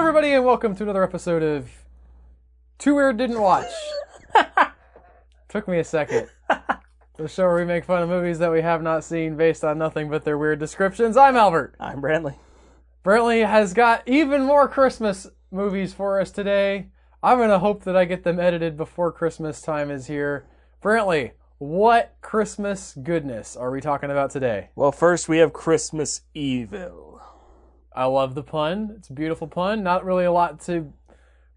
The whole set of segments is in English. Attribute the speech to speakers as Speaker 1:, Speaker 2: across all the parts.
Speaker 1: welcome to another episode of Two Weird Didn't Watch. Took me a second. The show where we make fun of movies that we have not seen based on nothing but their weird descriptions. I'm Albert.
Speaker 2: I'm Brantley.
Speaker 1: Brantley has got even more Christmas movies for us today. I'm going to hope that I get them edited before Christmas time is here. Brantley, what Christmas goodness are we talking about today?
Speaker 2: Well, first we have Christmas Evil.
Speaker 1: I love the pun. It's a beautiful pun. Not really a lot to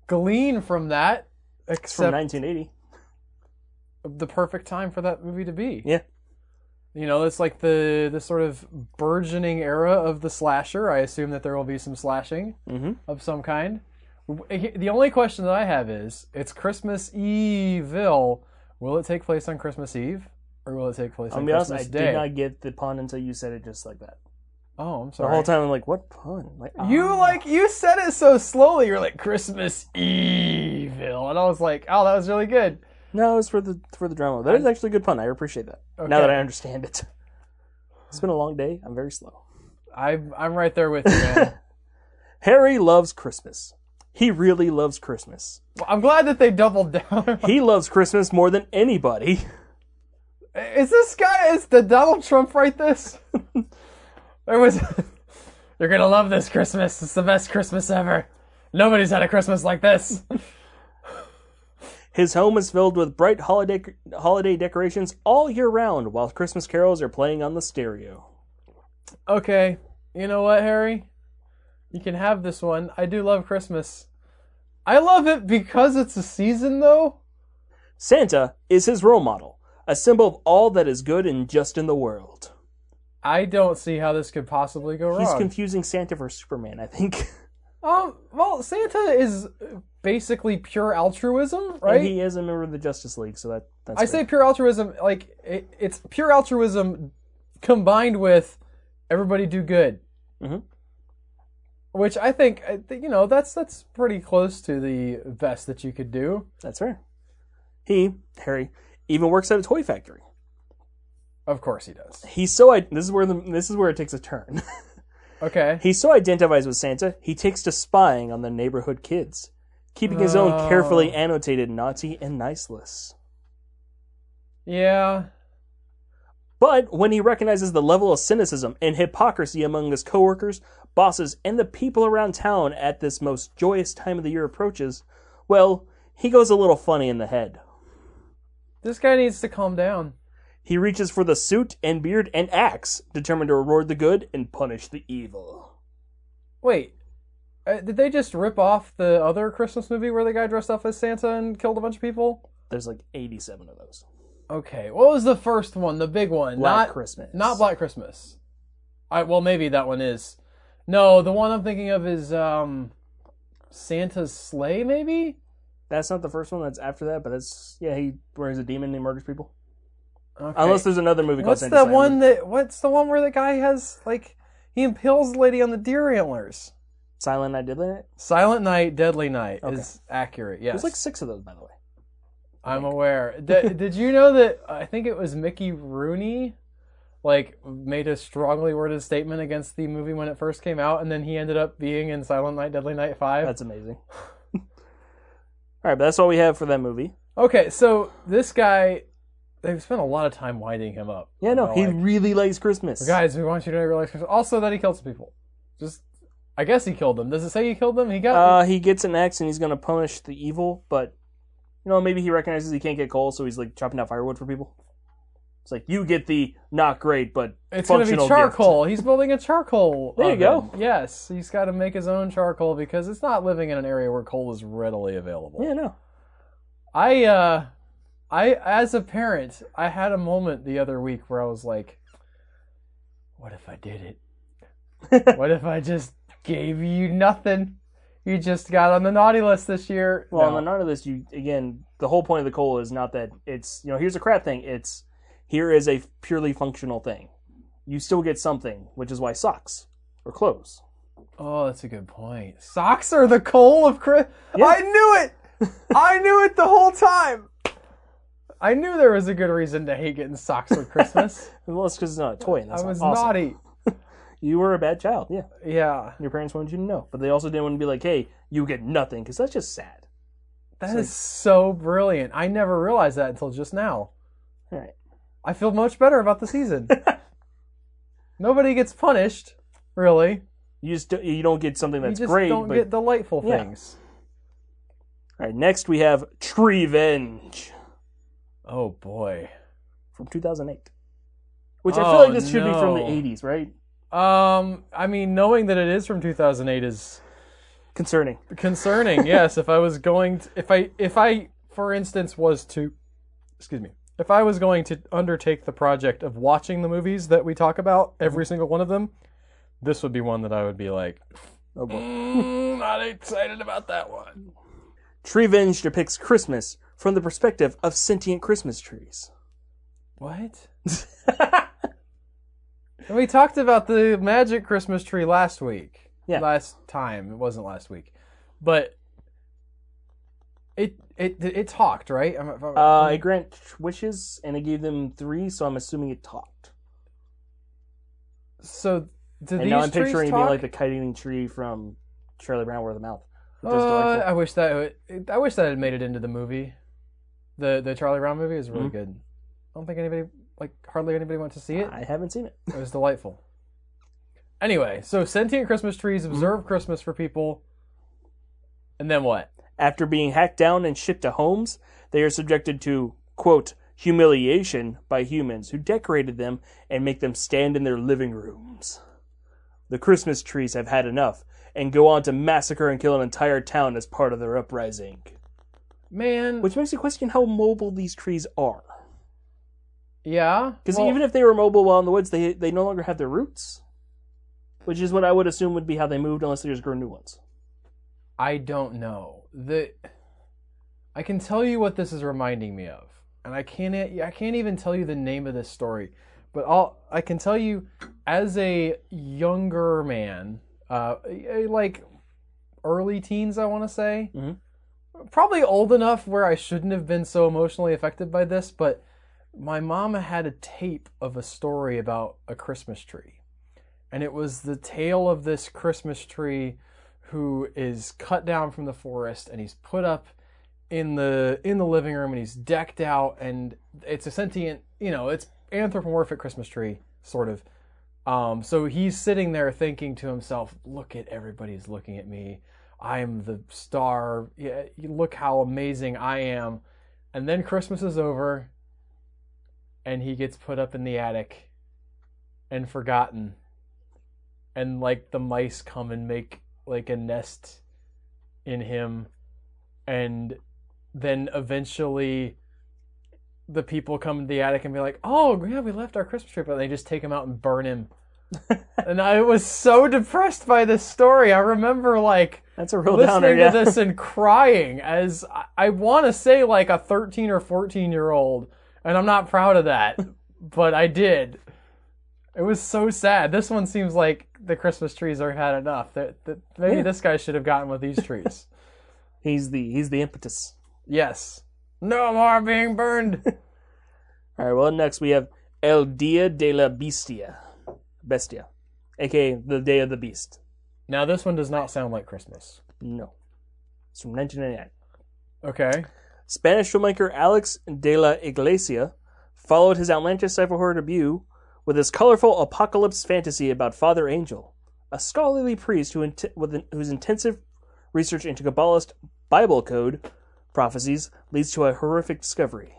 Speaker 1: glean from that,
Speaker 2: It's from
Speaker 1: except
Speaker 2: 1980.
Speaker 1: the perfect time for that movie to be.
Speaker 2: Yeah.
Speaker 1: You know, it's like the the sort of burgeoning era of the slasher. I assume that there will be some slashing
Speaker 2: Mhm.
Speaker 1: of some kind. W- The only question that I have is, it's Christmas Evil. Will it take place on Christmas Eve, or will it take place
Speaker 2: I'll
Speaker 1: on
Speaker 2: be honest,
Speaker 1: Christmas
Speaker 2: I
Speaker 1: Day?
Speaker 2: did not get the pun until you said it just like that.
Speaker 1: Oh, I'm
Speaker 2: The
Speaker 1: sorry.
Speaker 2: whole time I'm like, what pun? I'm Like,
Speaker 1: You
Speaker 2: ah.
Speaker 1: like you said it so slowly. You're like Christmas Evil, and I was like, oh, that was really good.
Speaker 2: No, it's for the for the drama. That is actually a good pun. I appreciate that. Now
Speaker 1: Okay.
Speaker 2: that I understand it. It's been a long day. I'm very slow.
Speaker 1: I'm I'm right there with you. Man.
Speaker 2: Harry loves Christmas. He really loves Christmas.
Speaker 1: Well, I'm glad that they doubled down.
Speaker 2: He loves Christmas more than anybody.
Speaker 1: Is this guy? Is the Donald Trump write this? there was. You're gonna love this Christmas. It's the best Christmas ever. Nobody's had a Christmas like this.
Speaker 2: His home is filled with bright holiday holiday decorations all year round, while Christmas carols are playing on the stereo.
Speaker 1: okay, you know what, Harry? You can have this one. I do love Christmas. I love it because it's a season, though.
Speaker 2: Santa is his role model, a symbol of all that is good and just in the world.
Speaker 1: I don't see how this could possibly go
Speaker 2: He's
Speaker 1: wrong.
Speaker 2: confusing Santa for Superman, I think.
Speaker 1: um, well, Santa is basically pure altruism, right?
Speaker 2: And he is a member of the Justice League, so that that's
Speaker 1: I
Speaker 2: fair.
Speaker 1: say pure altruism, like it, it's pure altruism combined with everybody do good,
Speaker 2: Mhm.
Speaker 1: which I think I think, you know that's that's pretty close to the best that you could do.
Speaker 2: that's fair. He Harry even works at a toy factory.
Speaker 1: Of course, he does.
Speaker 2: He's so I- this is where the, this is where it takes a turn.
Speaker 1: Okay,
Speaker 2: he so identifies with Santa, he takes to spying on the neighborhood kids, keeping his
Speaker 1: Oh.
Speaker 2: own carefully annotated naughty and nice lists.
Speaker 1: yeah,
Speaker 2: But when he recognizes the level of cynicism and hypocrisy among his coworkers, bosses, and the people around town at this most joyous time of the year approaches, well, he goes a little funny in the head.
Speaker 1: this guy needs to calm down.
Speaker 2: He reaches for the suit and beard and axe, determined to reward the good and punish the evil.
Speaker 1: Wait, uh, did they just rip off the other Christmas movie where the guy dressed up as Santa and killed a bunch of people?
Speaker 2: There's like 87 of those.
Speaker 1: Okay, what was the first one, the big one?
Speaker 2: Black
Speaker 1: Not
Speaker 2: Christmas.
Speaker 1: Not Black Christmas. I well maybe that one is. No, the one I'm thinking of is um Santa's sleigh maybe?
Speaker 2: That's not the first one. That's after that. But that's yeah. He where he's a demon and murders people.
Speaker 1: Okay.
Speaker 2: Unless there's another movie
Speaker 1: What's
Speaker 2: called
Speaker 1: the
Speaker 2: Santa's Island.
Speaker 1: one that what's the one where the guy has like he impales the lady on the deer antlers?
Speaker 2: Silent Night, Deadly Night.
Speaker 1: Silent Night, Deadly Night
Speaker 2: Okay.
Speaker 1: is accurate. Yes.
Speaker 2: There's like six of those, by the way.
Speaker 1: I'm aware. Did, did you know that I think it was Mickey Rooney like made a strongly worded statement against the movie when it first came out and then he ended up being in Silent Night Deadly Night 5?
Speaker 2: That's amazing. all right, but that's all we have for that movie.
Speaker 1: Okay, so this guy, they've spent a lot of time winding him up.
Speaker 2: Yeah, no,
Speaker 1: About,
Speaker 2: he
Speaker 1: like,
Speaker 2: really likes Christmas.
Speaker 1: guys, we want you to realize Christmas. also that he killed some people. Just, I guess he killed them. Does it say he killed them? He got.
Speaker 2: Uh, he gets an axe and he's gonna punish the evil, but you know maybe he recognizes he can't get coal, so he's like chopping down firewood for people. It's like you get the not great, but
Speaker 1: it's gonna be
Speaker 2: functional
Speaker 1: charcoal. He's building a charcoal.
Speaker 2: There you
Speaker 1: oven.
Speaker 2: go.
Speaker 1: Yes, he's got to make his own charcoal because it's not living in an area where coal is readily available.
Speaker 2: yeah, no,
Speaker 1: I uh I as a parent, I had a moment the other week where I was like, what if I did it? what if I just gave you nothing? You just got on the naughty list this year.
Speaker 2: Well,
Speaker 1: No.
Speaker 2: on the none of this, you again, the whole point of the coal is not that it's you know here's a crap thing. It's here is a purely functional thing. You still get something, which is why socks or clothes.
Speaker 1: Oh, that's a good point. Socks are the coal of Chris.
Speaker 2: Yeah.
Speaker 1: I knew it. I knew it the whole time. I knew there was a good reason to hate getting socks for Christmas.
Speaker 2: Well, it's because it's not a toy, and
Speaker 1: I
Speaker 2: that's
Speaker 1: was
Speaker 2: awesome.
Speaker 1: naughty.
Speaker 2: you were a bad child. Yeah,
Speaker 1: Yeah.
Speaker 2: your parents wanted you to know, but they also didn't want to be like, "Hey, you get nothing," because that's just sad.
Speaker 1: that is so
Speaker 2: So-
Speaker 1: brilliant. I never realized that until just now.
Speaker 2: All right.
Speaker 1: I feel much better about the season. Nobody gets punished, really.
Speaker 2: You just don't- you don't get something that's
Speaker 1: you just
Speaker 2: great.
Speaker 1: don't
Speaker 2: but...
Speaker 1: get delightful
Speaker 2: Yeah.
Speaker 1: things.
Speaker 2: All right, next we have Treevenge
Speaker 1: Oh boy.
Speaker 2: from 2008, which I
Speaker 1: Oh,
Speaker 2: feel like this should be from the
Speaker 1: no.
Speaker 2: 80s, right?
Speaker 1: Um, I mean, knowing that it is from 2008 is
Speaker 2: Concerning.
Speaker 1: concerning. yes, if I was going, to, if I, if I, for instance, was to, excuse me, if I was going to undertake the project of watching the movies that we talk about,
Speaker 2: Mm-hmm.
Speaker 1: every single one of them, this would be one that I would be like,
Speaker 2: Oh boy.
Speaker 1: "Mm, not excited about that one.
Speaker 2: Treevenge depicts Christmas from the perspective of sentient Christmas trees.
Speaker 1: What? And we talked about the magic Christmas tree last week.
Speaker 2: Yeah.
Speaker 1: Last time it wasn't last week, but it it it talked right. I'm, I'm-
Speaker 2: Uh, it grant wishes, and it gave them three, so I'm assuming it talked.
Speaker 1: so do
Speaker 2: And
Speaker 1: these
Speaker 2: now I'm
Speaker 1: trees
Speaker 2: picturing it
Speaker 1: talk?
Speaker 2: being like the kiting tree from Charlie Brown Where the Mouth. which is
Speaker 1: Uh,
Speaker 2: delightful.
Speaker 1: I wish that would- I wish that had made it into the movie. The the Charlie Brown movie is really
Speaker 2: Mhm.
Speaker 1: good. I don't think anybody like hardly anybody went to see it.
Speaker 2: I haven't seen it.
Speaker 1: It was delightful. Anyway, so sentient Christmas trees observe
Speaker 2: Mm-hmm.
Speaker 1: Christmas for people, and then what?
Speaker 2: After being hacked down and shipped to homes, they are subjected to, quote, humiliation by humans who decorated them and make them stand in their living rooms. The Christmas trees have had enough and go on to massacre and kill an entire town as part of their uprising.
Speaker 1: Man,
Speaker 2: Which makes you question how mobile these trees are.
Speaker 1: yeah,
Speaker 2: Because
Speaker 1: well,
Speaker 2: even if they were mobile while in the woods, they, they no longer have their roots. Which is what I would assume would be how they moved, unless they just grew new ones.
Speaker 1: I don't know the. I can tell you what this is reminding me of, and I can't. I can't even tell you the name of this story, but I'll. I can tell you, as a younger man, uh, eh, like early teens, I want to say,
Speaker 2: Mhm.
Speaker 1: probably old enough where I shouldn't have been so emotionally affected by this, but my mom had a tape of a story about a Christmas tree, and it was the tale of this Christmas tree who is cut down from the forest and he's put up in the in the living room and he's decked out and it's a sentient you know it's anthropomorphic christmas tree sort of um so he's sitting there thinking to himself look at everybody's looking at me i'm the star yeah, you- look how amazing i am and then christmas is over and he gets put up in the attic and forgotten and like the mice come and make like a nest in him and then eventually the people come to the attic and be like oh yeah we left our christmas tree but they just take him out and burn him and i was so depressed by this story i remember like
Speaker 2: That's a real downer,
Speaker 1: listening
Speaker 2: yeah.
Speaker 1: to this and crying as i, I want to say like a 13 or 14 year old and i'm not proud of that but i did it was so sad this one seems like the christmas trees are had enough that, that maybe
Speaker 2: Yeah.
Speaker 1: this guy should have gotten with these trees
Speaker 2: He's the he's the impetus.
Speaker 1: yes no more being burned
Speaker 2: All right. Well, next we have El Dia de la Bestia, Bestia, aka the Day of the Beast.
Speaker 1: now this one does not sound like christmas
Speaker 2: No, it's from 1999.
Speaker 1: okay
Speaker 2: Spanish filmmaker Alex de la Iglesia followed his outlandish cypher horror debut with his colorful apocalypse fantasy about Father Angel, a scholarly priest who int- with an- whose intensive research into Kabbalist Bible code prophecies leads to a horrific discovery.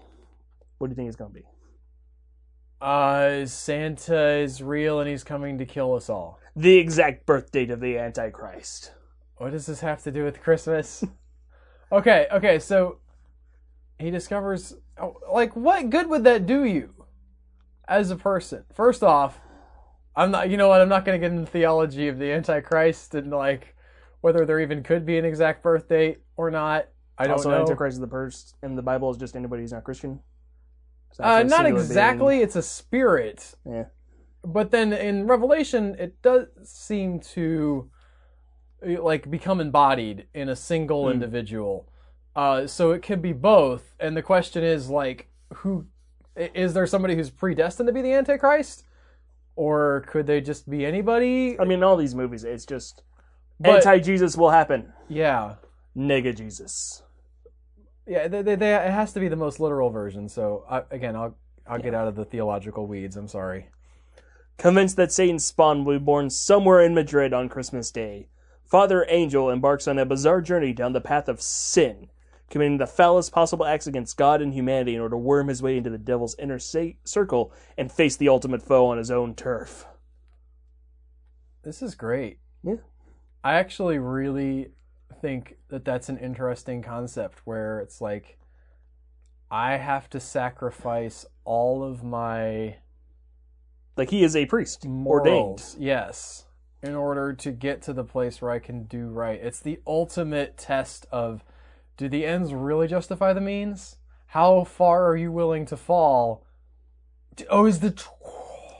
Speaker 2: What do you think it's going to be?
Speaker 1: uh santa is real and he's coming to kill us all
Speaker 2: The exact birth date of the Antichrist.
Speaker 1: What does this have to do with Christmas? okay, okay, so he discovers oh, like what good would that do you as a person? First off, I'm not you know what, I'm not going to get into theology of the antichrist and like whether there even could be an exact birth date or not. I don't
Speaker 2: also,
Speaker 1: know.
Speaker 2: Antichrist is the first in the Bible is just anybody who's not Christian. So
Speaker 1: Uh,
Speaker 2: it's a
Speaker 1: not
Speaker 2: singular
Speaker 1: exactly.
Speaker 2: being.
Speaker 1: It's a spirit.
Speaker 2: Yeah.
Speaker 1: But then in Revelation, it does seem to eh, like become embodied in a single
Speaker 2: Mm.
Speaker 1: individual. Uh, so it can be both. And the question is like, who i- is there somebody who's predestined to be the Antichrist, or could they just be anybody?
Speaker 2: I mean, in all these movies, it's just
Speaker 1: But-
Speaker 2: anti Jesus will happen.
Speaker 1: yeah,
Speaker 2: Nega Jesus.
Speaker 1: yeah. They, they, they, it has to be the most literal version. So I, again, I'll I'll get out of the theological weeds. I'm sorry.
Speaker 2: Convinced that Satan's spawn will be born somewhere in Madrid on Christmas Day, Father Angel embarks on a bizarre journey down the path of sin, committing the foulest possible acts against God and humanity in order to worm his way into the devil's inner sa- circle and face the ultimate foe on his own turf.
Speaker 1: This is great.
Speaker 2: Yeah.
Speaker 1: I actually really think that that's an interesting concept where it's like I have to sacrifice all of my
Speaker 2: Like he is a priest, ordained.
Speaker 1: morals, yes, in order to get to the place where I can do right. It's the ultimate test of do the ends really justify the means? How far are you willing to fall? D- Oh, is the tw-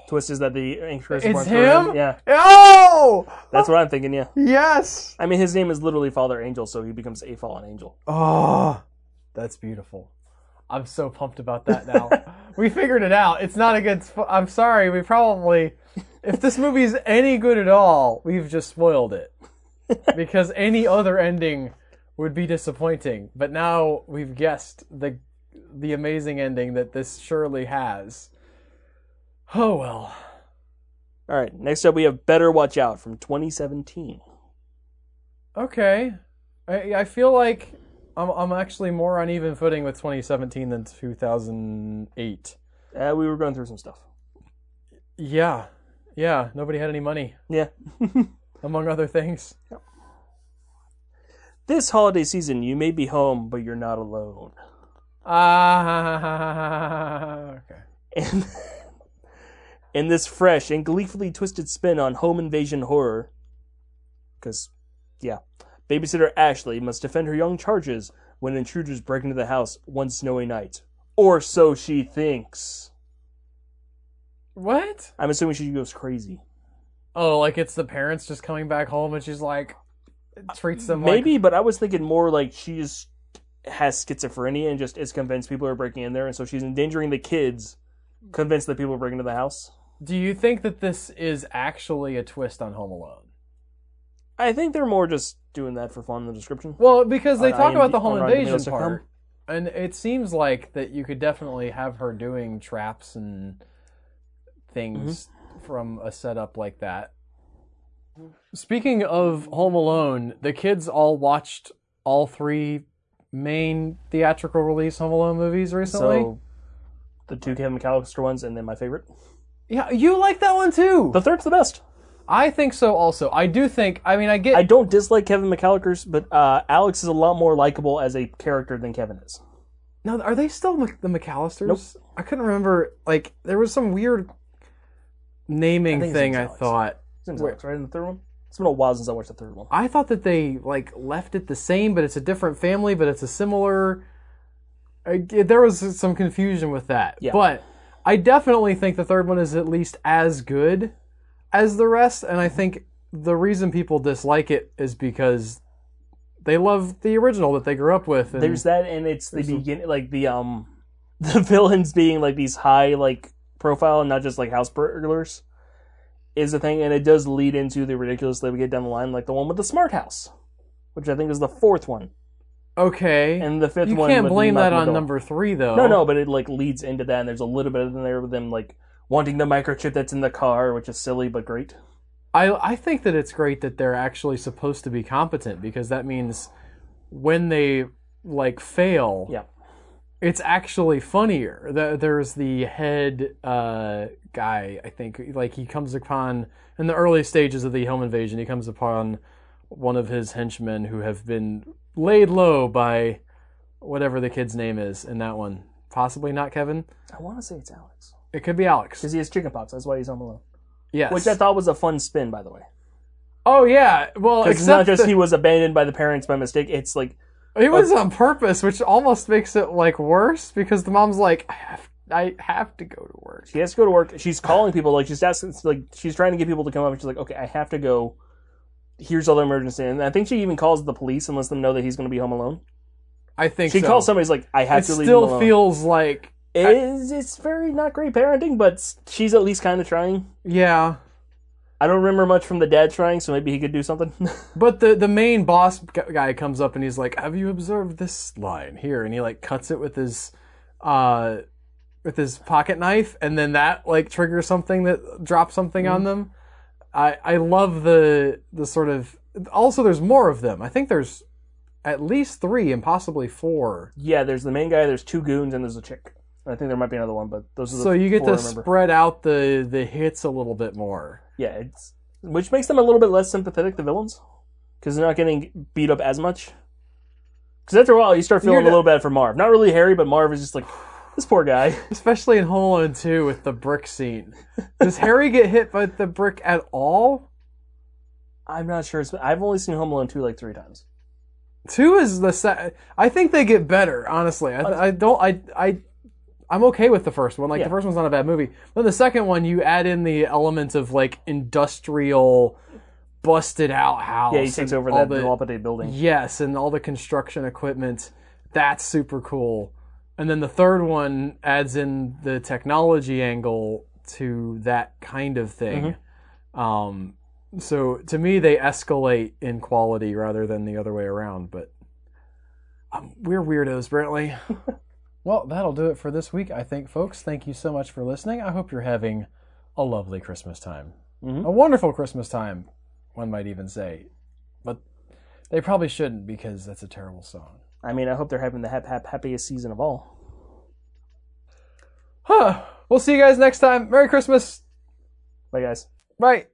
Speaker 2: Twist is that the anchor's
Speaker 1: It's
Speaker 2: born through-
Speaker 1: him?
Speaker 2: Yeah,
Speaker 1: oh
Speaker 2: that's what I'm thinking. Yeah,
Speaker 1: yes.
Speaker 2: I mean his name is literally Father Angel, so he becomes a fallen angel.
Speaker 1: Oh, that's beautiful. I'm so pumped about that now. we figured it out. It's not a good. Sp- I'm sorry. We probably, if this movie is any good at all, we've just spoiled it because any other ending would be disappointing. But now we've guessed the the amazing ending that this surely has. Oh well.
Speaker 2: All right, next up we have Better Watch Out from 2017.
Speaker 1: Okay. I, I feel like I'm I'm actually more on even footing with 2017 than 2008.
Speaker 2: Uh, we were going through some stuff.
Speaker 1: Yeah. Yeah. Nobody had any money,
Speaker 2: Yeah.
Speaker 1: among other things.
Speaker 2: This holiday season, you may be home, but you're not alone.
Speaker 1: Ah. okay.
Speaker 2: And in this fresh and gleefully twisted spin on home invasion horror, because, yeah, babysitter Ashley must defend her young charges when intruders break into the house one snowy night. Or so she thinks.
Speaker 1: What?
Speaker 2: I'm assuming she goes crazy.
Speaker 1: Oh, like it's the parents just coming back home and she's like, treats them like-
Speaker 2: Maybe, but I was thinking more like she just has schizophrenia and just is convinced people are breaking in there, and so she's endangering the kids, convinced that people are breaking into the house.
Speaker 1: Do you think that this is actually a twist on Home Alone?
Speaker 2: I think they're more just doing that for fun in the description.
Speaker 1: Well, because they
Speaker 2: On
Speaker 1: talk about
Speaker 2: IMD
Speaker 1: the home
Speaker 2: on Rotten
Speaker 1: invasion
Speaker 2: Tomatoes dot com?
Speaker 1: part, and it seems like that you could definitely have her doing traps and things
Speaker 2: Mm-hmm.
Speaker 1: from a setup like that. Speaking of Home Alone, the kids all watched all three main theatrical release Home Alone movies recently.
Speaker 2: So the two Kevin McAllister ones, and then my favorite,
Speaker 1: yeah, you like that one too.
Speaker 2: the third's the best.
Speaker 1: I think so. Also, I do think. I mean, I get.
Speaker 2: I don't dislike Kevin McAllister's, but uh, Alex is a lot more likable as a character than Kevin is.
Speaker 1: Now, are they still Mc- the McAllisters? I couldn't remember. Like, there was some weird
Speaker 2: I
Speaker 1: naming
Speaker 2: think his
Speaker 1: thing.
Speaker 2: name's
Speaker 1: I
Speaker 2: Alex.
Speaker 1: thought.
Speaker 2: His name's
Speaker 1: Wait.
Speaker 2: Alex, right? In the third one, it's been a while since I watched the third one.
Speaker 1: I thought that they like left it the same, but it's a different family, but it's a similar. I, there was some confusion with that,
Speaker 2: Yeah.
Speaker 1: but I definitely think the third one is at least as good as the rest, and I think the reason people dislike it is because they love the original that they grew up with. And
Speaker 2: There's that, and it's the beginning, like the um, the villains being like these high like profile, and not just like house burglars, is the thing, and it does lead into the ridiculous that we get down the line, like the one with the smart house, which I think is the fourth one,
Speaker 1: okay,
Speaker 2: and the fifth
Speaker 1: you
Speaker 2: one.
Speaker 1: can't
Speaker 2: with
Speaker 1: blame
Speaker 2: Malcolm
Speaker 1: that on
Speaker 2: McDowell.
Speaker 1: number three though.
Speaker 2: No, no, but it like leads into that, and there's a little bit in there with them like wanting the microchip that's in the car, which is silly but great.
Speaker 1: I I think that it's great that they're actually supposed to be competent because that means when they like fail,
Speaker 2: Yeah.
Speaker 1: it's actually funnier. The, there's the head uh, guy, I think, like he comes upon in the early stages of the home invasion. He comes upon one of his henchmen who have been laid low by whatever the kid's name is in that one. Possibly not Kevin.
Speaker 2: I want to say it's Alex
Speaker 1: It could be Alex.
Speaker 2: because he has chickenpox. That's why he's home alone.
Speaker 1: Yes.
Speaker 2: Which I thought was a fun spin, by the way.
Speaker 1: oh yeah. Well,
Speaker 2: It's not
Speaker 1: except
Speaker 2: just
Speaker 1: that-
Speaker 2: he was abandoned by the parents by mistake. It's like
Speaker 1: It was on purpose, which almost makes it like worse because the mom's like, I have, I have to go to work.
Speaker 2: She has to go to work. She's calling people. Like she's asking. Like she's trying to get people to come up. And she's like, "Okay, I have to go. Here's all the emergency." And I think she even calls the police and lets them know that he's going to be home alone.
Speaker 1: I think
Speaker 2: She
Speaker 1: so.
Speaker 2: calls somebody's like, "I have
Speaker 1: It
Speaker 2: to leave." him
Speaker 1: still
Speaker 2: alone.
Speaker 1: feels like
Speaker 2: It is, it's very not great parenting, but s- she's at least kind of trying.
Speaker 1: Yeah.
Speaker 2: I don't remember much from the dad trying, so maybe he could do something.
Speaker 1: But the the main boss gu- guy comes up and he's like, "Have you observed this line here?" And he like cuts it with his uh with his pocket knife and then that like triggers something that drops something
Speaker 2: Mm-hmm.
Speaker 1: on them. I I love the the sort of also there's more of them. I think there's at least 3 and possibly 4.
Speaker 2: yeah, there's the main guy, there's two goons, and there's a chick. I think there might be another one, but those are the
Speaker 1: So you get
Speaker 2: four
Speaker 1: to
Speaker 2: I remember.
Speaker 1: spread out the the hits a little bit more.
Speaker 2: Yeah, it's which makes them a little bit less sympathetic to villains because they're not getting beat up as much. Because after a while, you start feeling
Speaker 1: You're
Speaker 2: a little bad for Marv. Not really Harry, but Marv is just like this poor guy.
Speaker 1: Especially in Home Alone 2 with the brick scene. Does Harry get hit by the brick at all?
Speaker 2: I'm not sure. It's, I've only seen Home Alone two like three times.
Speaker 1: Two is the sa- I think they get better. Honestly, I, I don't. I I I'm okay with the first one. Like
Speaker 2: Yeah.
Speaker 1: the first one's not a bad movie. But the second one, you add in the element of like industrial, busted out house.
Speaker 2: Yeah, he
Speaker 1: and
Speaker 2: takes over
Speaker 1: all
Speaker 2: that
Speaker 1: the-
Speaker 2: dilapidated building.
Speaker 1: Yes, and all the construction equipment. That's super cool. And then the third one adds in the technology angle to that kind of thing. Um, so to me, they escalate in quality rather than the other way around. But um, we're weirdos, Brantley. well, that'll do it for this week, I think, folks. Thank you so much for listening. I hope you're having a lovely Christmas time,
Speaker 2: Mhm.
Speaker 1: a wonderful Christmas time, one might even say. But they probably shouldn't because that's a terrible song.
Speaker 2: I mean, I hope they're having the hap hap happiest season of all.
Speaker 1: Huh. We'll see you guys next time. Merry Christmas.
Speaker 2: Bye guys.
Speaker 1: Bye.